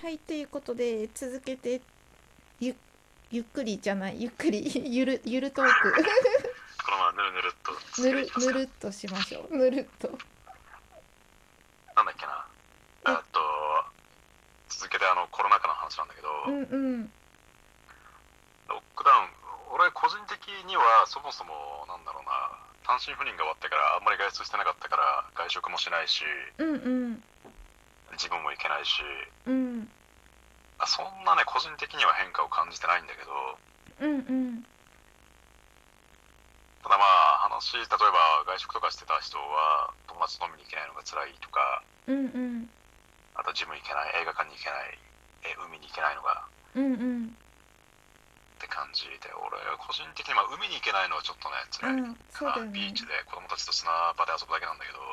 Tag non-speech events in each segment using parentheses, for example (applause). はいということで続けてゆゆっくりじゃないゆっくりゆるゆるトーこのままぬるぬるっとクぬ続けてるぬいきますかるっとしましょうぬるっとなんだっけなええっと続けてあのコロナ禍の話なんだけど、うんうんロックダウン俺個人的にはそもそもなんだろうな単身赴任が終わってからあんまり外出してなかったから外食もしないしうんうん自分も行けないしうんあそんなね個人的には変化を感じてないんだけうどんうんただまあ話例えば外食とかしてた人は友達と飲みに行けないのが辛いとかうんうんあとジム行けない映画館に行けないえ海に行けないのがうんうんって感じで俺個人的にまあ海に行けないのはちょっとねう辛い、んそうだよビーねチで子供たちと砂場で遊ぶだけなんだけど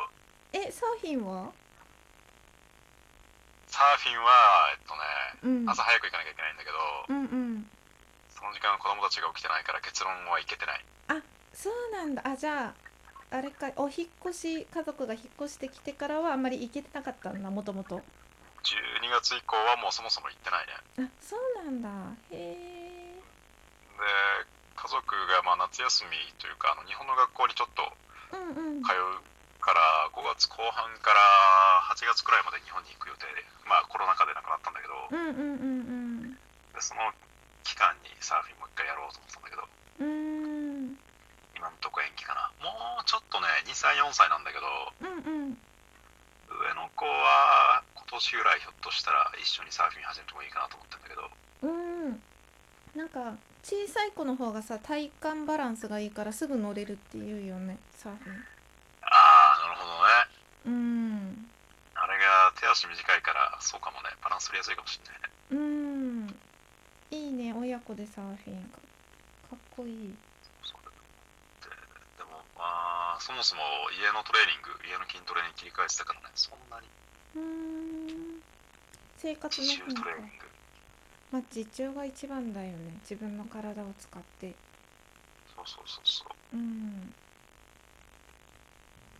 え商品はサーフィンはえっとねうん朝早く行かなきゃいけないんだけど、うんうんその時間子供たちが起きてないから結論は行けてないそうなんだあじゃああれかお引っ越し家族が引っ越してきてからはあんまり行けてなかったんだもともと12月以降はもうそもそも行ってないあねそうなんだへえで家族がまあ夏休みというかあの日本の学校にちょっとうんうん通うから5月後半から8月くらいまで日本に行く予定でまあコロナ禍で亡くなったんだけどうんうんうんでその期間にサーフィンもう一回やろうと思ってたんだけどうんうーん今のとこ延期かなもうちょっとね2歳4歳なんだけうどんうん上の子は今年ぐらいひょっとしたら一緒にサーフィン始めてもいいかなと思ってんだけどうんなんか小さい子の方がさ体幹バランスがいいからすぐ乗れるっていうよねサーフああなるほィどねンうんあれが手足短いからそうかもねバランス取りやすいかもしれないうねんいいね親子でサーフィンかかっこいいそうででもまあそもそも家のトレーニング家の筋トレに切り替えてたからねそんなにうーん生活の自重変ト化レーニングまあ自重が一番だよね自分の体を使ってそうそうそうそううん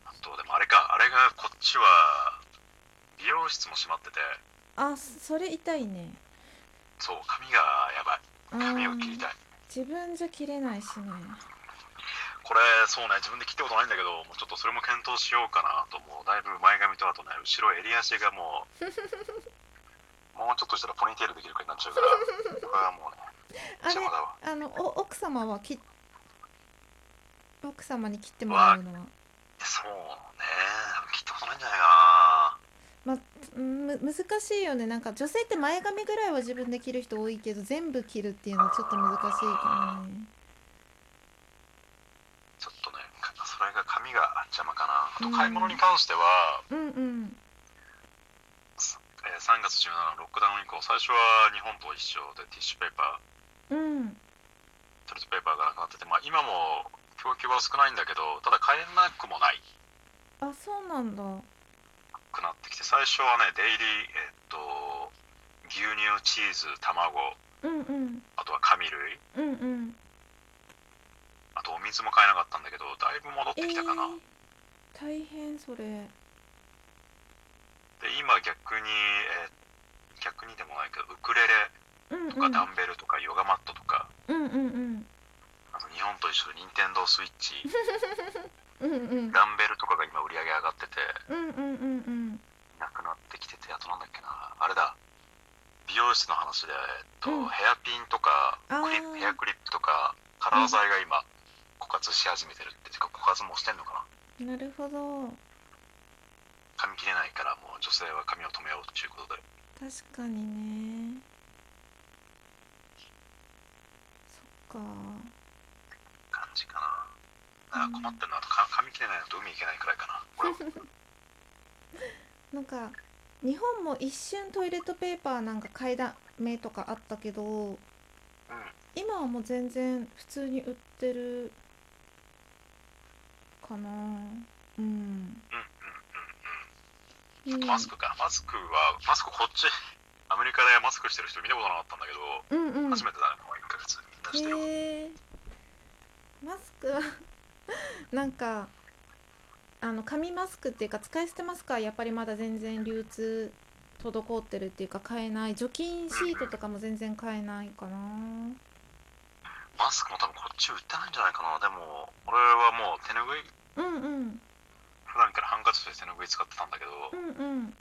あとでもあれかあれがこっちは美容室も閉まっててあそれ痛いねそう髪がやばあい髪を切りーたい自分じゃ切れないしねこれそうね自分で切ったことないんだけどもうちょっとそれも検討しようかなともうだいぶ前髪とあとね後ろ襟足がもうもう (laughs) ちょっとしたらポニーテールできるくらいになっちゃうからこれはもうねあれ邪魔だわあのお奥様はき奥様に切ってもらうのは、そうね切ったことないんじゃないかまあ、うんむ難しいよねなんか女性って前髪ぐらいは自分で切る人多いけど全部切るっていうのはちょっと難しいかもねなちょっとねかそれが髪が邪魔かなあうとん買い物に関しては、うんうんえー3月17のロックダウン以降最初は日本と一緒でティッシュペーパーうんトイレットペーパーがなくなってて、まあ、今も供給は少ないんだけどただ買えなくもないあそうなんだくなってきて最初はねデイリー、えっと牛乳チーズ卵うんうんあとは紙類うんうんあとお水も買えなかったんだけどだいぶ戻っえてきたかな、ー大変それで今逆に、えー逆にでもないけどウクレレうんうんとかダンベルとかヨガマットとか、うんうんうんあと日本と一緒で任天堂スイッチうんうんダンベルとかが今売り上げ上がっててうんうんうんうんなくなってきててあとなんだっけなあれだ美容室の話で、えっとうんヘアピンとかあークリップヘアクリップとかカラー剤が今枯渇し始めてるっててか枯渇もうしてんのかななるほど髪切れないからもう女性は髪を留めようっていうことで確かにねそっか感じかなだから困ってるのはあとか髪切れないのと海行けないくらい (laughs) かなこれなんか日本も一瞬トイレットペーパーなんか買いだめとかあったけどうん今はもう全然普通に売ってるかなうんうんうんうんマスクかマスクはマスクこっちアメリカでマスクしてる人見たことなかったんだけど、うんうん初めてだねもう1ヶ月みんなしてるへえマスクは (laughs) なんかあの紙マスクっていうか使い捨てマスクはやっぱりまだ全然流通滞ってるっていうか買えない除菌シートとかも全然買えないかなマスクも多分こっち売ってないんじゃないかなでも俺はもう手ぬぐいうんうん普段からハンカチで手ぬぐい使ってたんだけど、うんうん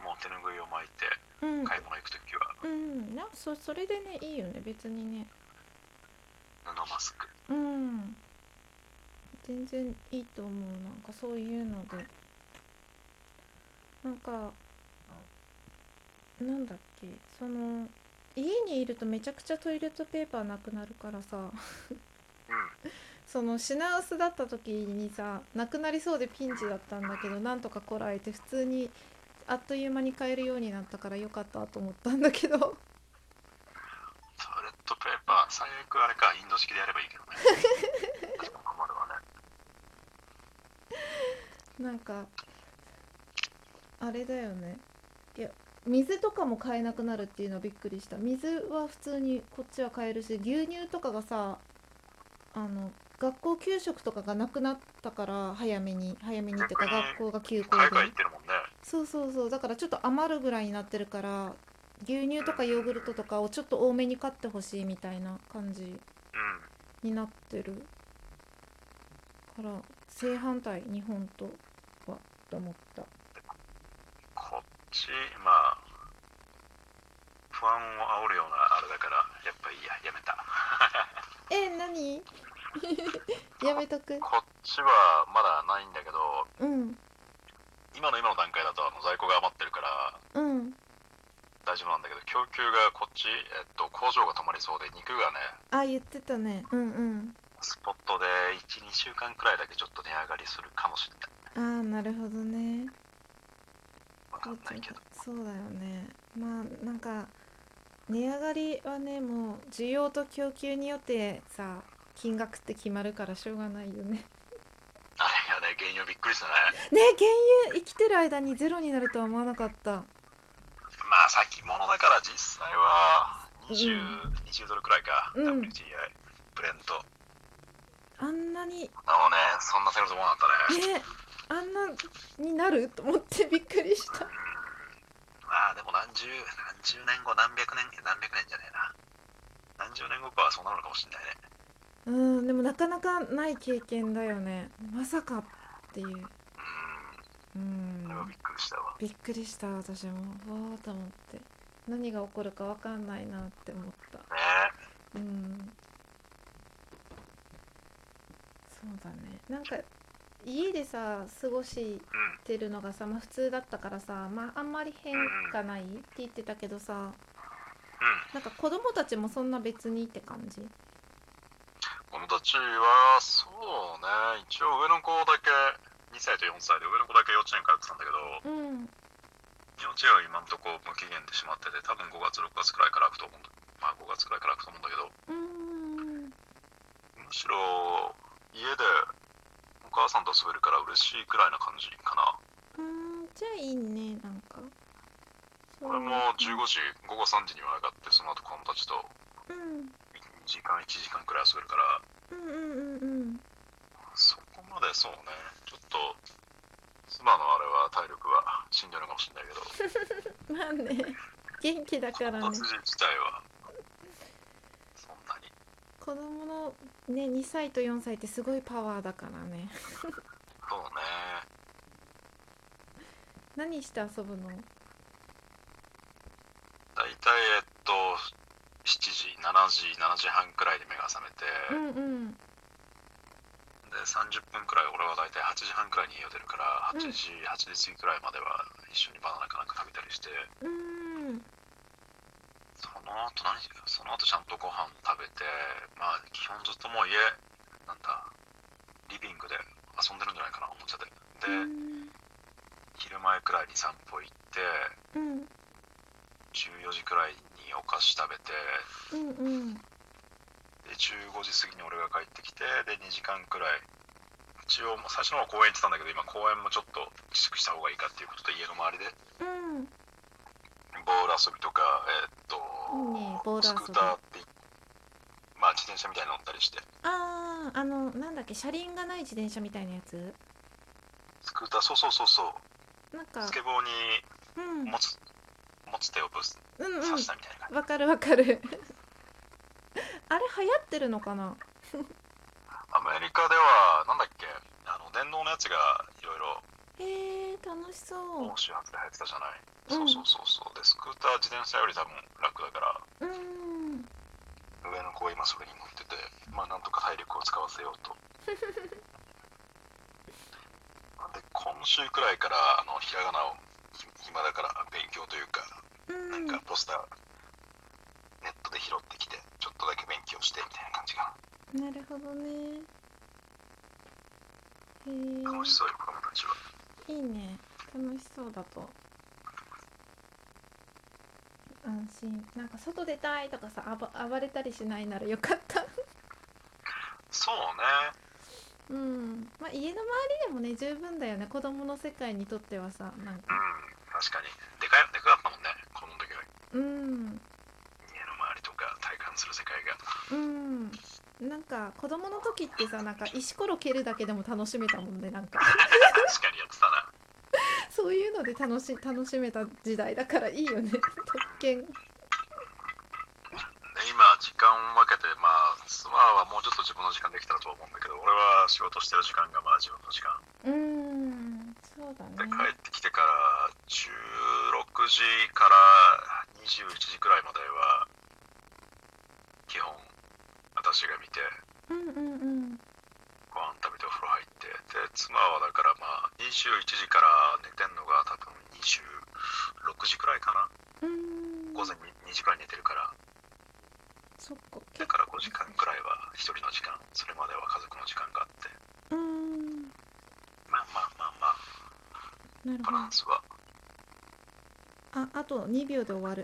もう手ぬぐいを巻いてうん買い物行くときはうんなんかそそれでねいいよね別にね布マスクうん全然いいと思うなんかそういうのでなんかなんだっけその家にいるとめちゃくちゃトイレットペーパーなくなるからさうんその品薄だった時にさなくなりそうでピンチだったんだけどなんとかこらえて普通にあっという間に買えるようになったからよかったと思ったんだけどトイレットペーパー最悪あれかインド式でやればいい (laughs) けどね確かに困るわねなんかあれだよねいや水とかも買えなくなるっていうのはびっくりした水は普通にこっちは買えるし牛乳とかがさあの学校給食とかがなくなったから早めに早めにっていうか学校が休校海で外行ってるもんねそうそうそうだからちょっと余るぐらいになってるから牛乳とかヨーグルトとかをちょっと多めに買ってほしいみたいな感じうんになってるから正反対日本とはと思ったこっちまあ不安を煽るようなあれだからやっぱいいややめたえ何 (laughs) やめとくこっちはまだないんだけどうん今の今の段階だとあの在庫が余ってるからうん大丈夫なんだけど供給がこっち、えっと、工場が止まりそうで肉がねあ言ってたねうんうんスポットで12週間くらいだけちょっと値上がりするかもしれないあーなるほどねわかんないけどそうだよねまあなんか値上がりはねもう需要と供給によってさ金額って決まるからしょうがないよねねあれがね原油びっくりしたね原油生きてる間にゼロになるとは思わなかったまあ先物だから実際は 20,、うん20ドルくらいか、うん WTI ブレントあんなにあのねそんなセロと思わなかったねえあんなになると思ってびっくりしたまあでも何十何十年後何百年何百年じゃねえな何十年後かはそうなるのかもしれないねうんでもなかなかない経験だよねまさかっていうううんんそれはびっくりしたわびっくりした私もわーと思って何が起こるかわかんないなって思ったねうんそうだねなんか家でさ過ごしえうんてるのがさ、まあ、普通だったからさ、まあ、あんまり変化ないって言ってたけどさうなんか子供たちもそんな別にって感じん子供たちはそうね一応上の子だけ2歳と4歳で上の子だけ幼稚園からってたんだけどうん幼稚園は今んとこ無期限でしまってて多分5月6月くらいから開くと思うんだまあ5月くらいから開くと思うんだけどうんむしろ家でお母さんと遊べるから嬉しいくらいな感じかなうんじゃあいいねなんかそ俺も15時午後3時には上がってその後子供たちとうん2時間1時間くらい遊べるからうんうんうんうんそこまでそうねちょっと妻のあれは体力は死んでるのかもしれない (laughs) けどまあね元気だからね達人自体はそんなに子供のね2歳と4歳ってすごいパワーだからねそうね何して遊ぶの大体えっと7時7時7時半くらいで目が覚めて、うんうんで30分くらい俺は大体8時半くらいに家を出るから8時、8時過ぎくらいまでは一緒にバナナかなんか食べたりしてうんその後何その後ちゃんとご飯食べてまあ基本ずっともう家なんだリビングで遊んでるんじゃないかなおもちゃでうで、ん昼前くらいに散歩行っうてん14時くらいにお菓子食べてうんうんで15時過ぎに俺が帰ってきてで2時間くらい一応もう最初の方は公園行ってたんだけど今公園もちょっと自粛した方がいいかっていうことで家の周りでうんボール遊びとかえーっといいねボール遊スびクーターってまあ自転車みたいに乗ったりしてあああのなんだっけ車輪がない自転車みたいなやつスクーターそうそうそうそなうんかスケボーうにん持つ持ち手をうぶっんう刺したみたいなん感わかるわかる (laughs) あれ流行ってるのかなじ、アメリカではなんだっけあの電動のやつがいろいろえー、楽しそう欧州発で流行ってたじゃない、うんそうそうそうそうでスクーター自転車より多分楽だからうん上の子が今それに乗っててまあなんとか体力を使わせよう (laughs) とで今週くらいからあのひらがなをひ暇だから勉強というかうなんんかポスターネットで拾ってきてちょっとだけ勉強してみたいな感じかなるほどねへな楽しーそうよ子供たちはいいね楽しそうだと安心なんか外出たいとかさあば暴れたりしないならよかったそうねうんまあ家の周りでもね十分だよね子供の世界にとってはさなんうかん確かにでかいでかかったもんねこの時はうん家の周りとか体感する世界がうんなんか子供の時ってさなんか石ころ蹴るだけでも楽しめたもんねなんか (laughs) 確かにやってたなそういうので楽し楽しめた時代だからいいよね特権で今時間を分けてまあスマーはもうちょっと自分の時間できたらと思うんだけど俺は仕事してる時間がまだ自分の時間うんそうだでね帰ってきてから16時から21時くらいまでは基本私が見てうんうんうんご飯食べてお風呂入ってで妻はだからまあ21時から寝てんのが多分26時くらいかなうん午前2時くらい寝てるからそっかだから5時間くらいは一人の時間それまでは家族の時間があってうんまあまあまあまあなるバほどランスはああと2秒で終わる